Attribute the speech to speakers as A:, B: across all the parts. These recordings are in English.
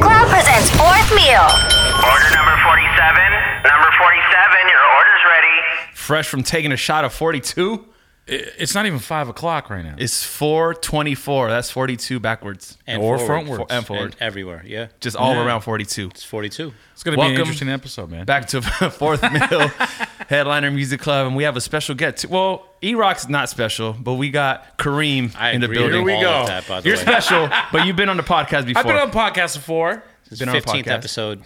A: Brent's fourth meal.
B: Order number 47. Number 47, your order's ready.
C: Fresh from taking a shot of 42,
D: It- It's not even five o'clock right now.
C: it's 424. That's 42 backwards.
D: Or
E: forward.
D: frontwards.
C: And forward.
E: everywhere. Yeah,
C: Just all
D: Yeah.
C: around 42.
E: it's 42.
D: It's gonna be an
C: Welcome
D: interesting episode, man.
C: Back to Fourth Mill Headliner Music Club, and we have a special guest. Well, E Rock's not special, but we got Kareem
E: I
C: in the
E: agree
C: building.
E: with
D: Here we
E: all
D: go.
E: of that. By the
C: You're
E: way,
C: special, but you've been on the podcast before.
D: I've been on podcasts before.
E: It's
C: been on a
E: 15th
C: podcast.
E: episode.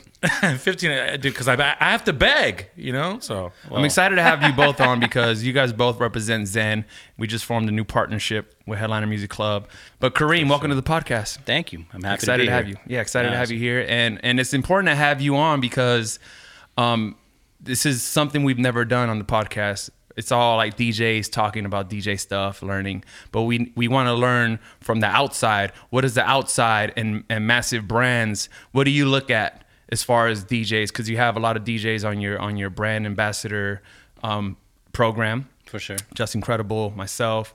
D: Fifteen, I I do because I I have to beg, you know. So
C: I'm excited to have you both on because you guys both represent Zen. We just formed a new partnership with Headliner Music Club. But Kareem, welcome to the podcast.
E: Thank you. I'm happy
C: excited
E: to,
C: to,
E: be
C: have
E: here.
C: you. Yeah, excited to
E: Yeah,
C: have you here, and and it's important to have you on because, um, this is something we've never done on the podcast. It's all like DJs talking about DJ stuff, learning, but we we want to learn from the outside. What is the outside and and massive brands? What do you look at as far as DJs? Because you have a lot of DJs on your on your brand ambassador um, program.
E: for sure.
C: Just incredible, myself.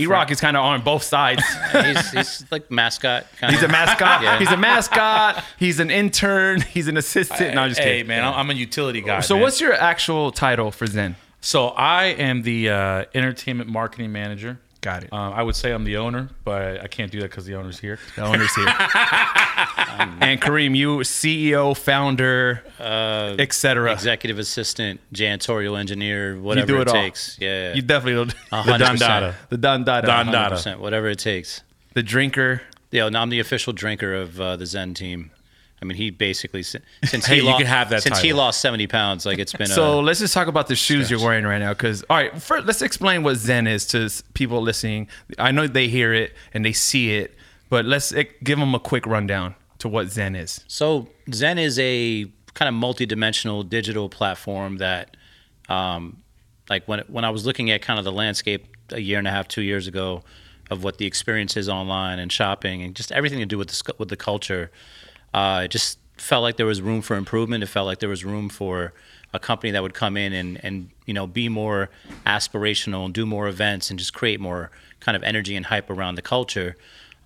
C: E Rock is kind of on both sides.
E: he's, he's like mascot. Kind
C: He's a
E: of.
C: mascot.
E: Yeah.
C: He's a mascot. He's an intern. He's an assistant. No, I'm just
D: hey,
C: kidding.
D: man, I'm a utility guy.
C: So,
D: man.
C: what's your actual title for Zen?
D: So I am the uh, entertainment marketing manager.
C: Got it.
D: Um, I would say I'm the owner, but I can't do that because the owner's here.
C: The owner's here. and Kareem, you CEO, founder,
E: Uh,
C: etc.
E: executive assistant, janitorial engineer, whatever
C: do it all.
E: takes. Yeah,
C: You definitely don't.
E: hundred
C: The
E: percent.
C: Dondada. The Dondada.
D: Dondada.
E: 100%, whatever it takes.
C: The drinker.
E: Yeah, no, I'm the official drinker of uh, the Zen team. I mean, he basically si- since
D: Hey,
E: he
D: you
E: lost
D: can have that
E: since he
D: title.
E: lost 70 pounds, like it's been
C: So
E: a,
C: let's just talk about the shoes you're wearing right now. Because all right, first let's explain what Zen is to s- people listening. I know they hear it and they see it, but let's eh, give them a quick rundown to what Zen is.
E: So Zen is a kind of multi-dimensional digital platform that, um, like when when I was looking at kind of the landscape a year and a half, two years ago, of what the experience is online and shopping and just everything to do with the sc- with the culture, uh, it just felt like there was room for improvement. It felt like there was room for a company that would come in and and you know be more aspirational and do more events and just create more kind of energy and hype around the culture.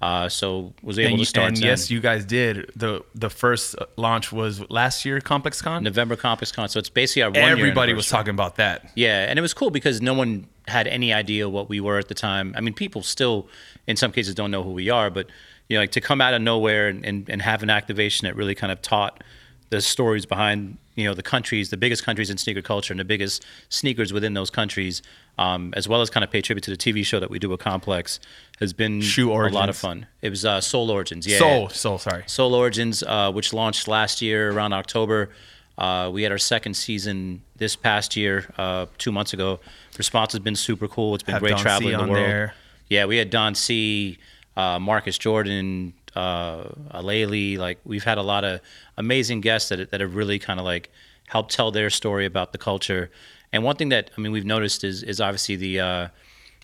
E: Uh, so was able
C: and,
E: to
C: you-
E: start.
C: and
E: Zen.
C: yes, you guys did. the The first launch was last year, Complex Con.
E: November Compass Con. So it's basically our one
C: Everybody was talking about that.
E: Yeah, and it was cool because no one had any idea what we were at the time. I mean, people still, in some cases, don't know who we are, but you know, like to come out of nowhere and, and, and have an activation that really kind of taught the stories behind you know the countries, the biggest countries in sneaker culture, and the biggest sneakers within those countries, um, as well as kind of pay tribute to the TV show that we do with Complex, has been
C: Shoe
E: a lot
C: Origins.
E: of fun. It was uh, Soul Origins, yeah.
C: Soul, soul, sorry.
E: Soul Origins, uh, which launched last year around October. Uh, we had our second season this past year, uh, two months ago. Response has been super cool. It's been
C: Have
E: great
C: Don C
E: traveling
C: on
E: the world.
C: there.
E: Yeah, we had Don C, uh, Marcus Jordan, uh, Aleli. Like we've had a lot of amazing guests that that have really kind of like helped tell their story about the culture. And one thing that I mean we've noticed is is obviously the uh,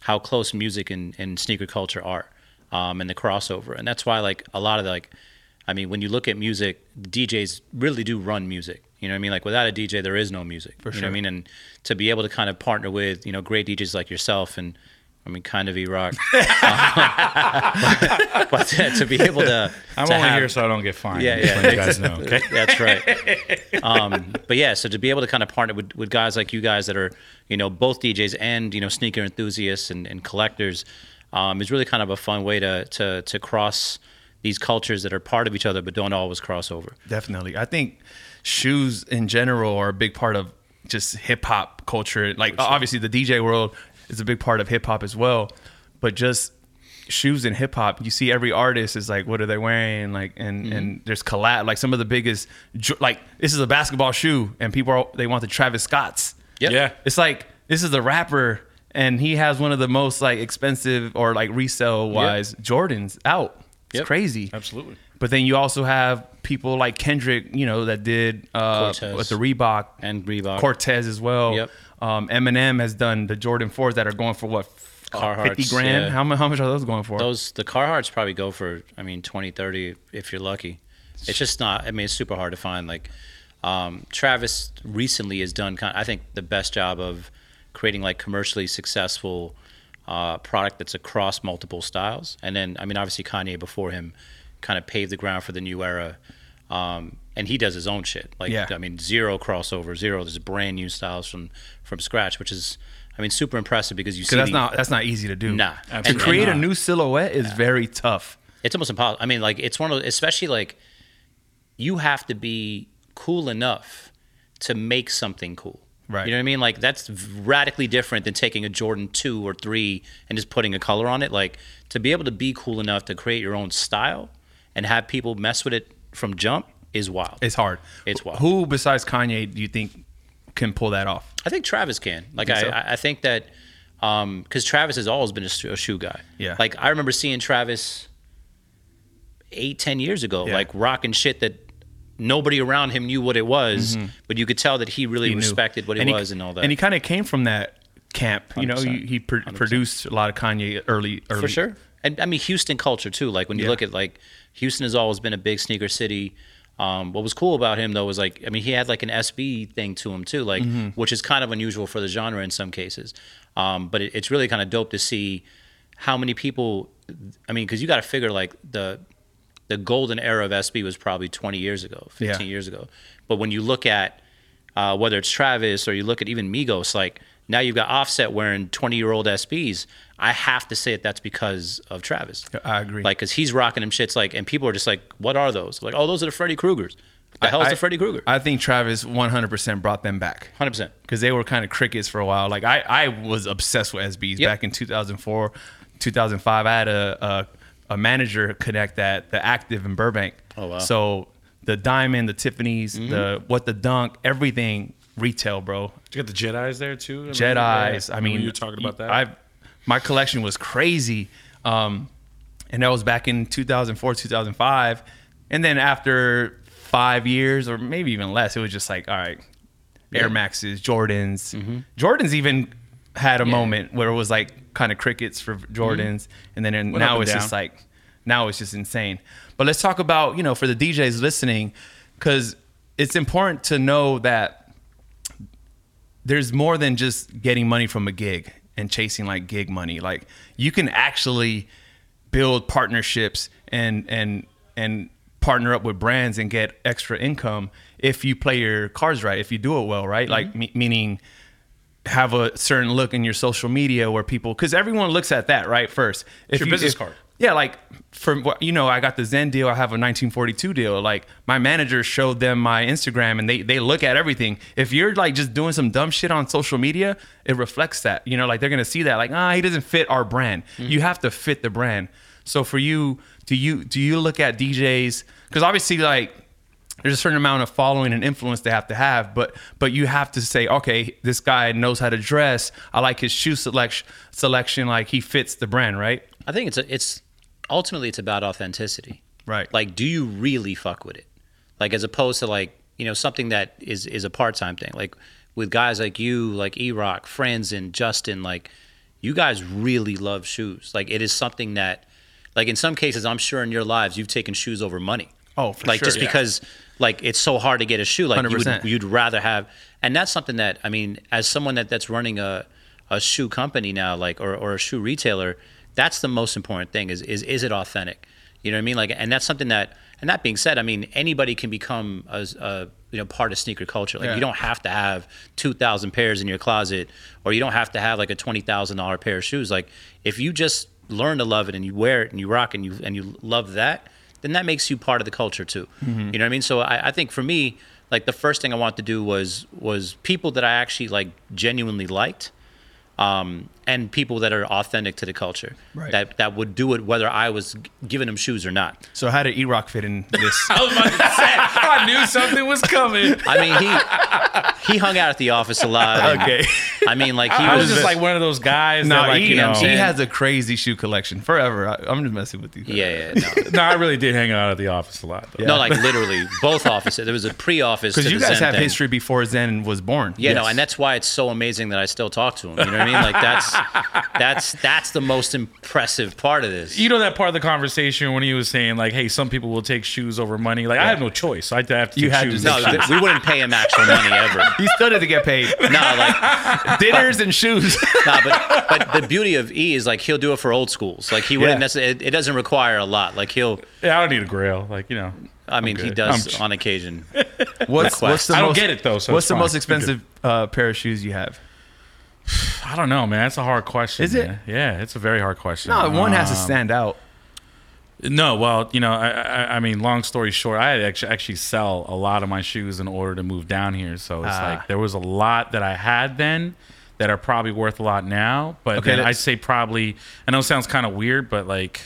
E: how close music and, and sneaker culture are, um, and the crossover. And that's why like a lot of the, like I mean, when you look at music, DJs really do run music. You know what I mean? Like without a DJ, there is no music. For You know what I mean? And to be able to kind of partner with you know great DJs like yourself and I mean, kind of Iraq, but, but to, to be able to,
D: I'm
E: to
D: only
E: have-
D: here so I don't get fined.
E: Yeah,
D: I'm just
E: yeah.
D: letting you guys know. Okay.
E: that's right. Um, but yeah, so to be able to kind of partner with, with guys like you guys that are, you know, both DJs and, you know, sneaker enthusiasts and, and collectors um, is really kind of a fun way to, to, to cross these cultures that are part of each other but don't always cross over.
C: Definitely. I think shoes in general are a big part of just hip hop culture. Like obviously the DJ world is a big part of hip hop as well, but just shoes in hip hop, you see every artist is like what are they wearing like and
E: Mm-hmm.
C: and there's collab like some of the biggest jo- like this is a basketball shoe and people are they want the Travis Scotts.
E: Yep.
D: Yeah.
C: It's like this is a rapper and he has one of the most like expensive or like resale wise Jordans out. It's
E: Yep.
C: crazy.
D: Absolutely.
C: But then you also have people like Kendrick, you know, that did uh,
E: Cortez.
C: with the Reebok
E: And Reebok.
C: Cortez as well.
E: Yep.
C: Um, Eminem has done the Jordan fours that are going for what uh, fifty
E: Carhartts,
C: grand.
E: yeah.
C: How much? How much are those going for?
E: Those the Carhartts probably go for I mean 20, 30 if you're lucky. It's just not. I mean, it's super hard to find. Like um, Travis recently has done kind. I think the best job of creating like commercially successful uh, product that's across multiple styles. And then I mean, obviously Kanye before him kind of paved the ground for the new era Um, and he does his own shit. Like
C: Yeah.
E: I mean, zero crossover, zero. There's brand new styles from from scratch, which is, I mean, super impressive because you see
C: Because that's
E: the-
C: not that's not easy to do.
E: Nah.
C: to
E: Absolutely
C: create a
E: not.
C: new silhouette is very tough.
E: it's almost impossible. I mean, like it's one of those, especially like you have to be cool enough to make something cool.
C: Right.
E: You know what I mean? Like that's radically different than taking a Jordan 2 or 3 and just putting a color on it. Like to be able to be cool enough to create your own style and have people mess with it from jump is wild.
C: It's hard.
E: It's wild.
C: Who besides Kanye do you think can pull that off?
E: I think Travis can. Like
C: think so?
E: I, I, I think that because Travis has always been a, sh- a shoe guy.
C: Yeah.
E: Like I remember seeing Travis eight, ten years ago,
C: Yeah.
E: like rocking shit that nobody around him knew what it was, but you could tell that he really
C: Mm-hmm. He knew.
E: respected what it
C: he-
E: was and all that.
C: And he kind of came from that camp. You know, he,
E: 100%.
C: he pr- produced a lot of Kanye early. early.
E: for sure. And I mean Houston culture too. Like when you
C: Yeah.
E: look at like Houston has always been a big sneaker city. Um, what was cool about him though was like I mean he had like an SB thing to him too, like
C: Mm-hmm.
E: which is kind of unusual for the genre in some cases. Um, but it, it's really kind of dope to see how many people. I mean, because you got to figure like the the golden era of SB was probably 20 years ago, 15
C: Yeah.
E: years ago. But when you look at uh, whether it's Travis or you look at even Migos, like now you've got Offset wearing 20 year old SBs. I have to say that that's because of Travis.
C: I agree.
E: Like, because he's rocking them shits like, and people are just like, what are those? Like, oh, those are the Freddy Kruegers. What The hell's
C: I-
E: the Freddy Krueger?
C: I think Travis 100% brought them back.
E: 100%.
C: because they were kind of crickets for a while. Like I, I was obsessed with SBs
E: Yep.
C: back in 2004, 2005. I had a, a a manager connect at the Active in Burbank.
E: Oh, wow. Mm-hmm.
C: So the Diamond, the Tiffany's, the what the Dunk, everything retail, bro.
D: you got the Jedi's there too. I mean,
C: Jedi's.
D: yeah.
C: I mean,
D: you were talking about that.
C: I my collection was crazy, um, and that was back in 2004, 2005, and then after five years or maybe even less, it was just like, all right, Air Maxes, Jordans,
D: Mm-hmm.
C: Jordans even had a moment where it was like kind of crickets for Jordans, and then and
D: Mm-hmm. Went up
C: now
D: and
C: it's just
D: down.
C: like now it's just insane. But let's talk about you know for the DJs listening, because it's important to know that there's more than just getting money from a gig and chasing like gig money. Like you can actually build partnerships and and and partner up with brands and get extra income if you play your cards right, if you do it well, right? Like
D: Mm-hmm.
C: me- meaning have a certain look in your social media where people because everyone looks at that right first. If
D: your business card.
C: Yeah, like from what you know, I got the Zen deal. I have a 1942 deal. Like my manager showed them my Instagram, and they they look at everything. If you're like just doing some dumb shit on social media, it reflects that. You know, like they're gonna see that. Like ah, he doesn't fit our brand. You have to fit the brand. So for you, do you do you look at DJs? Because obviously, like there's a certain amount of following and influence they have to have but but you have to say okay this guy knows how to dress i like his shoe selection selection like he fits the brand right
E: I think it's, a, it's ultimately, it's about authenticity.
C: Right.
E: Like, do you really fuck with it? Like, as opposed to like, you know, something that is, is a part time thing. Like, with guys like you, like E Rock, Friends, and Justin, like, you guys really love shoes. Like, it is something that, like, in some cases, I'm sure in your lives, you've taken shoes over money.
C: Oh, for
E: like
C: sure,
E: just
C: yeah.
E: because like it's so hard to get a shoe. Like you
C: 100%.
E: would, you'd rather have, and that's something that I mean, as someone that that's running a a shoe company now, like or or a shoe retailer, that's the most important thing is is is it authentic? You know what I mean? Like, and that's something that, and that being said, I mean anybody can become a, a you know part of sneaker culture. Like
C: Yeah.
E: you don't have to have two thousand pairs in your closet, or you don't have to have like a twenty thousand dollar pair of shoes. Like if you just learn to love it and you wear it and you rock and you and you love that, then that makes you part of the culture too.
C: Mm-hmm.
E: You know what I mean? So I, I think for me, like the first thing I wanted to do was was people that I actually like genuinely liked, um, and people that are authentic to the culture.
C: Right.
E: That that would do it whether I was g- giving them shoes or not.
C: so how did e-rock fit in this
D: I was about to say, I knew something was coming.
E: I mean, he he hung out at the office a lot. and-
C: okay
E: I mean, like he
D: I
E: was,
D: was just like one of those guys.
C: no
D: that like,
C: he,
D: you know,
C: E, he
E: saying?
C: has a crazy shoe collection forever I, i'm just messing with you
E: yeah, yeah, no.
D: no, I really did hang out at the office a lot. Though.
E: no, like literally both offices. There was a pre-office
C: because
E: to
C: you
E: the
C: guys
E: Zen
C: have
E: thing.
C: history before zen was born
E: Yeah, no, and that's why it's so amazing that I still talk to him. You know what I mean? Like that's that's that's the most impressive part of this.
D: you know that part of the conversation when he was saying like, "Hey, some people will take shoes over money." Like I have no choice. I have to take
C: You had to
D: shoes.
C: take
E: no, th- we wouldn't pay him actual money ever.
C: You still didn't get paid.
E: No, like
C: Dinners and shoes.
E: nah, but but the beauty of E is like he'll do it for old schools. Like he wouldn't
D: Yeah.
E: necessarily. It, it doesn't require a lot. Like he'll.
D: Yeah, I don't need a grail. Like you know,
E: I mean, he
D: good.
E: does
D: I'm-
E: on occasion.
C: What's, what's the
D: I don't
C: most-
D: get it, though, so
C: what's
D: it's
C: the
D: fine.
C: most
D: You're good.
C: expensive uh, pair of shoes you have?
D: I don't know, man. That's a hard question.
C: Is it?
D: man. Yeah, it's a very hard question.
C: No, one has to
D: Um,
C: stand out.
D: No, well, you know, I, I, I mean, long story short, I had actually actually sell a lot of my shoes in order to move down here. So it's
C: Ah.
D: like there was a lot that I had then that are probably worth a lot now. But
C: Okay,
D: then I
C: let's-
D: say probably. I know it sounds kind of weird, but like,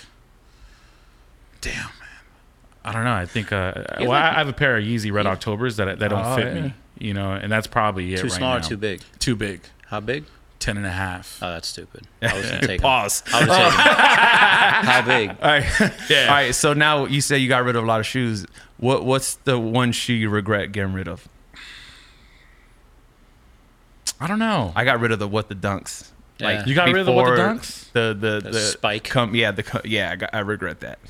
D: damn, man, I don't know. I think. Uh, well, I I have a pair of Yeezy Red Octobers that that don't
C: Oh,
D: fit
C: yeah.
D: me. You know, and that's probably it.
E: Too
D: right
E: small or
D: now.
E: too big?
D: Too big.
E: How big?
D: Ten and a half.
E: Oh, that's stupid. I was gonna take. him.
C: Pause.
E: I was gonna take. him. How big?
C: All right.
D: Yeah.
C: All right. So now you say you got rid of a lot of shoes. What What's the one shoe you regret getting rid of?
D: I don't know.
C: I got rid of the what the dunks.
E: Yeah.
D: you got rid of the, what the
C: before
D: dunks?
C: The the, the,
E: spike.
C: Come, yeah, the co- yeah. I, got, I regret that.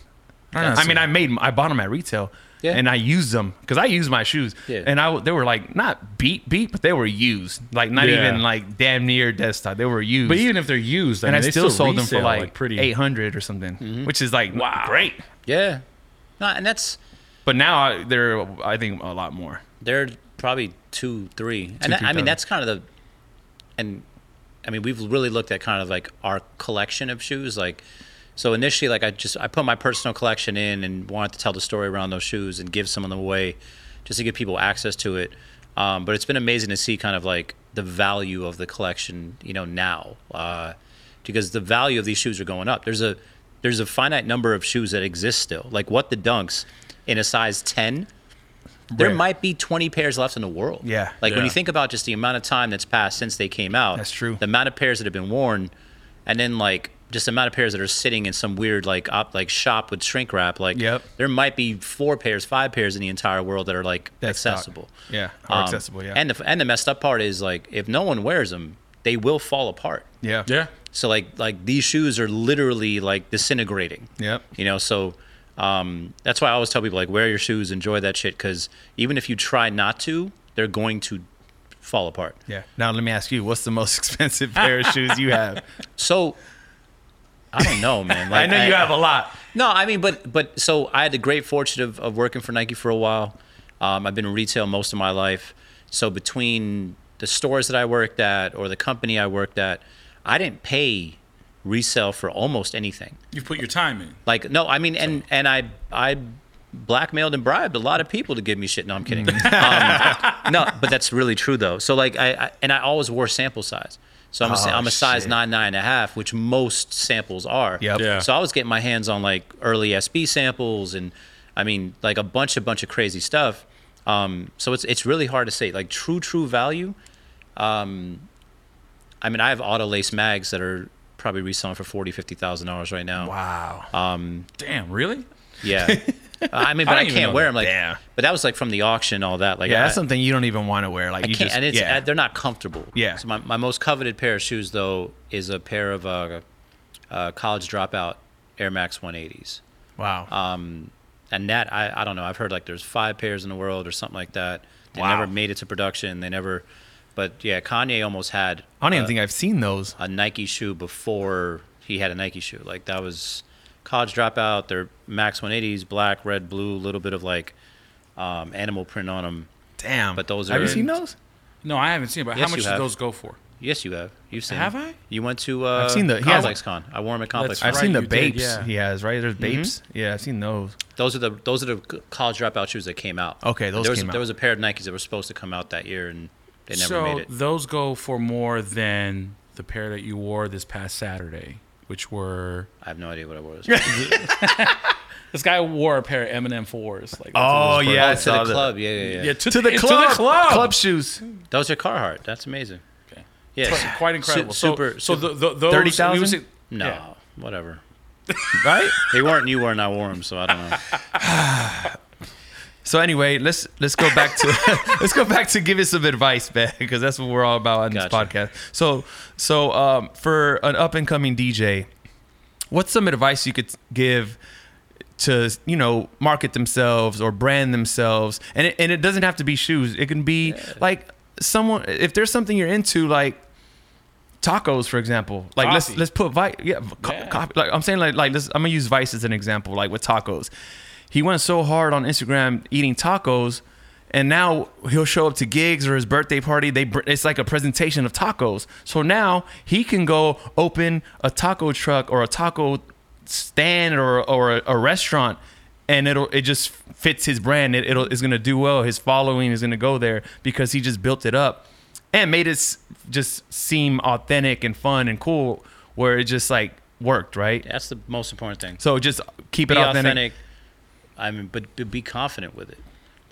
D: don't know.
C: I mean, I made I bought them at retail,
E: Yeah.
C: and I used them because I used my shoes,
E: Yeah.
C: and I they were like not beat beat, but they were used, like not
D: Yeah.
C: even like damn near desktop. They were used.
D: But even if they're used, I
C: and
D: mean,
C: I
D: they
C: still, sold them for
D: resell,
C: like,
D: pretty.
C: eight hundred or something,
E: Mm-hmm.
C: which is like wow, great.
E: Yeah. No, and that's
C: But now I, they're I think a lot more.
E: they're probably two, three, and that-
C: three
E: I
C: thousand.
E: mean that's kind of the, and I mean we've really looked at kind of like our collection of shoes, like. So initially, like I just I put my personal collection in and wanted to tell the story around those shoes and give some of them away, just to give people access to it. Um, but it's been amazing to see kind of like the value of the collection, you know, now, uh, because the value of these shoes are going up. There's a there's a finite number of shoes that exist still. Like what the dunks in a size ten, there
C: Right.
E: might be 20 pairs left in the world.
C: Yeah.
E: Like when
D: Yeah.
E: you think about just the amount of time that's passed since they came out.
C: That's true.
E: The amount of pairs that have been worn, and then like just the amount of pairs that are sitting in some weird like op, like shop with shrink wrap. Like
C: Yep.
E: there might be four pairs, five pairs in the entire world that are like
C: Desktop.
E: accessible.
C: yeah, or
E: Um,
C: accessible, yeah,
E: And the and the messed up part is like if no one wears them, they will fall apart.
C: yeah,
D: Yeah.
E: So like like these shoes are literally like disintegrating.
C: Yep.
E: You know, so um, that's why I always tell people like wear your shoes, enjoy that shit, because even if you try not to, they're going to fall apart.
C: yeah. Now let me ask you, what's the most expensive pair of shoes you have?
E: So I don't know, man.
C: I know you have a lot.
E: No, I mean, but but so I had the great fortune of, of working for Nike for a while. Um, I've been in retail most of my life. So between the stores that I worked at or the company I worked at, I didn't pay resale for almost anything.
D: You put your time in.
E: Like no, I mean, and and I I blackmailed and bribed a lot of people to give me shit. No, I'm kidding. um, no, but that's really true though. So like I, I and I always wore sample size. So I'm a,
C: Oh,
E: am a size
C: shit.
E: nine nine and a half, which most samples are.
C: Yep.
D: Yeah.
E: So I was getting my hands on like early SB samples and I mean like a bunch a bunch of crazy stuff. Um, so it's it's really hard to say like true true value. um, I mean I have auto lace mags that are probably reselling for forty fifty thousand dollars right now.
C: Wow.
D: Damn, really?
E: Yeah. I mean, but
D: I don't
E: I,
D: even
E: can't
D: know
E: wear
D: that.
E: them. Like,
C: Damn.
E: but that was like from the auction, and all that. Like,
C: yeah, that's
E: I,
C: something you don't even want to wear. Like
E: Uh, I
C: you
E: can't,
C: just,
E: and it's
C: yeah.
E: uh, they're not comfortable.
C: Yeah.
E: So my, my most coveted pair of shoes though is a pair of uh, uh, college dropout Air Max 180s,
C: wow.
E: uh, and that I, I don't know. I've heard like there's five pairs in the world or something like that. They
C: Wow.
E: never made it to production. They never. But yeah, Kanye almost had
C: I don't even
E: uh,
C: think I've seen those.
E: a Nike shoe before he had a Nike shoe. Like that was college dropout. They're Max 180s, black, red, blue, a little bit of like um, animal print on them.
C: Damn.
E: but those
C: Have you
E: are-
C: seen those?
D: No, I haven't seen it. But
E: Yes,
D: how much
E: you
D: do
E: have.
D: those go for?
E: Yes, you have. You've seen.
D: Have
E: them.
D: I?
E: You went to. Uh,
C: seen the- he has-
E: Complex Con. I wore them at Complex.
D: That's
C: I've
E: Con.
D: right.
C: seen the
D: you did,
C: Bapes.
D: yeah.
C: He has right. There's Bapes. Yeah, I've seen those.
E: Those are the those are the college dropout shoes that came out.
C: Okay, those
E: there was,
C: came out.
E: There was a pair of Nikes that were supposed to come out that year and they never
D: so
E: made it.
D: those go for more than the pair that you wore this past Saturday, which were
E: I have no idea what I was.
D: this guy wore a pair of Eminem fours. Like
C: Oh yeah, I
E: to the
C: saw that.
E: club. Yeah, yeah, yeah.
D: yeah, to,
C: To the club.
D: to the club.
C: Club shoes.
E: Those are Carhartt. That's amazing.
D: Okay.
E: Yes.
D: Quite incredible.
E: Su- super.
D: So, so the, the, those
C: 30,000?
D: we would say-
E: no,
D: yeah.
E: whatever.
C: Right.
E: They weren't you weren't. I wore them, so I don't know.
C: So anyway, let's let's go back to let's go back to giving some advice, man, because that's what we're all about on this
E: Gotcha.
C: podcast. So so um, for an up and coming DJ, what's some advice you could give to you know market themselves or brand themselves, and it, and it doesn't have to be shoes. It can be like someone if there's something you're into like tacos for example like let's
D: Coffee.
C: let's put vice yeah, co- coffee like i'm saying like like this i'm gonna use vice as an example like with tacos he went so hard on instagram eating tacos and now he'll show up to gigs or his birthday party they br- it's like a presentation of tacos so now he can go open a taco truck or a taco stand or or a, a restaurant and it'll it just fits his brand. It, it'll it's gonna do well. His following is gonna go there because he just built it up and made it s- just seem authentic and fun and cool. Where it just like worked, right?
E: That's the most important thing.
C: So just keep it
E: be
C: authentic.
E: authentic. I mean, but, but be confident with it.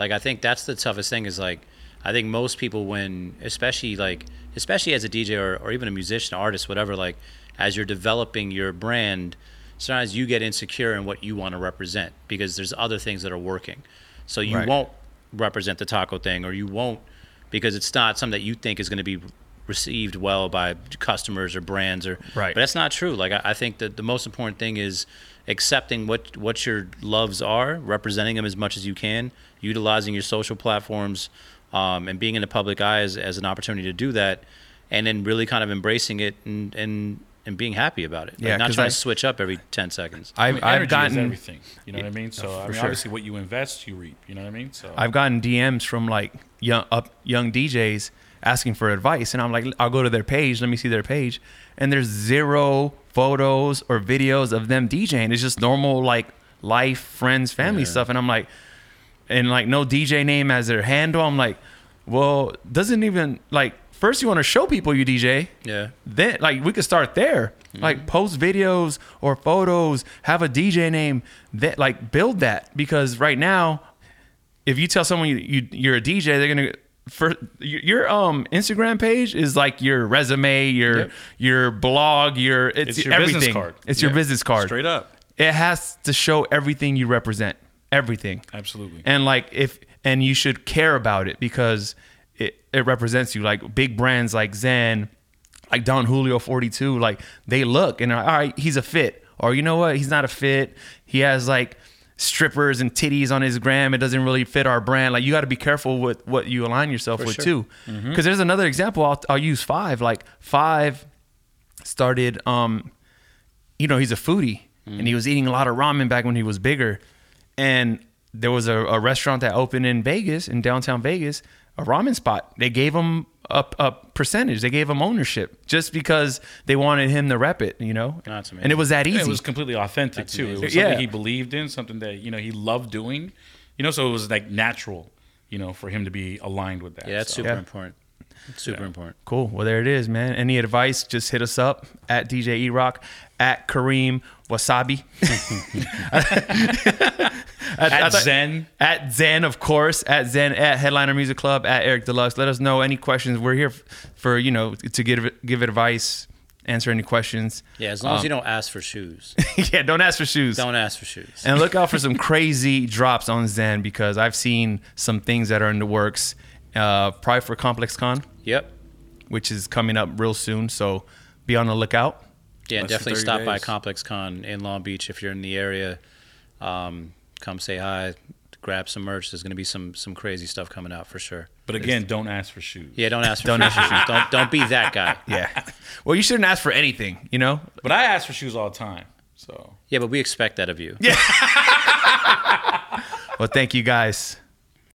E: Like I think that's the toughest thing is like I think most people when especially like especially as a DJ or, or even a musician, artist, whatever, like as you're developing your brand, sometimes you get insecure in what you want to represent because there's other things that are working. So you
C: Right.
E: won't represent the taco thing or you won't because it's not something that you think is going to be received well by customers or brands or
C: Right.
E: but that's not true like i, I think that the most important thing is accepting what what your loves are representing them as much as you can utilizing your social platforms um, and being in the public eye as, as an opportunity to do that and then really kind of embracing it and and and being happy about it Like,
C: Yeah,
E: not
C: 'cause
E: trying
C: I-
E: to switch up every 10 seconds
D: I
C: I've,
D: mean, energy
C: I've
D: is
C: gotten
D: everything. You know what I mean? So I
C: for
D: mean,
C: sure.
D: obviously, what you invest, you reap. You know what I mean? So
C: I've gotten DMs from like young up young DJs asking for advice, and I'm like, I'll go to their page, let me see their page, and there's zero photos or videos of them DJing. It's just normal like life, friends, family stuff, and I'm like, and like no DJ name as their handle. I'm like, well, doesn't even like first you want to show people you DJ,
E: Yeah.
C: Then like we could start there, like post videos or photos, have a DJ name that like build that because right now if you tell someone you, you you're a DJ, they're gonna for your your, um Instagram page is like your resume, your
D: Yep.
C: your blog, your it's,
D: It's your business
C: everything.
D: card.
C: It's your
D: Yeah.
C: business card.
D: Straight up.
C: It has to show everything you represent, everything.
D: Absolutely.
C: And like if and you should care about it because it it represents you. Like big brands like Zen, like Don Julio 42, like they look and are, all right, he's a fit. Or you know what? He's not a fit. He has like strippers and titties on his gram. It doesn't really fit our brand. Like you got to be careful with what you align yourself with too. Because there's another example. I'll, I'll use five. Like five started um you know he's a foodie and he was eating a lot of ramen back when he was bigger and there was a, a restaurant that opened in vegas in downtown vegas a ramen spot they gave him a, a percentage they gave him ownership just because they wanted him to rep it you know
E: That's amazing.
C: and it was that easy
D: It was completely authentic too. It was
C: amazing.
D: something
C: Yeah.
D: he believed in, something that you know he loved doing. You know, so it was like natural. You know, for him to be aligned with that.
E: yeah that's
D: so.
E: super
C: Yeah.
E: important super important
C: Cool. Well, there it is, man. Any advice? Just hit us up at DJ E Rock, at Kareem Wasabi, at, I thought-
D: Zen.
C: at Zen, of course, at Zen, at Headliner Music Club, at Eric Deluxe. Let us know any questions. We're here f- for you know to give give advice, answer any questions.
E: yeah as long
C: Um,
E: as you don't ask for shoes
C: yeah, don't ask for shoes.
E: don't ask for shoes
C: And look out for some crazy drops on Zen because I've seen some things that are in the works. Uh, probably for Complex Con,
E: yep
C: which is coming up real soon. So be on the lookout.
E: Yeah, and
D: Less than
E: definitely
D: 30
E: stop by
D: days.
E: Complex Con in Long Beach if you're in the area. Um, come say hi, grab some merch. There's going to be some some crazy stuff coming out for sure.
D: But again, don't ask for shoes.
E: Yeah, don't ask for don't shoes. Don't don't be that guy.
C: Yeah. Well, you shouldn't ask for anything, you know?
D: But I ask for shoes all the time. So
E: Yeah, but we expect that of you. Yeah.
C: Well, thank you guys.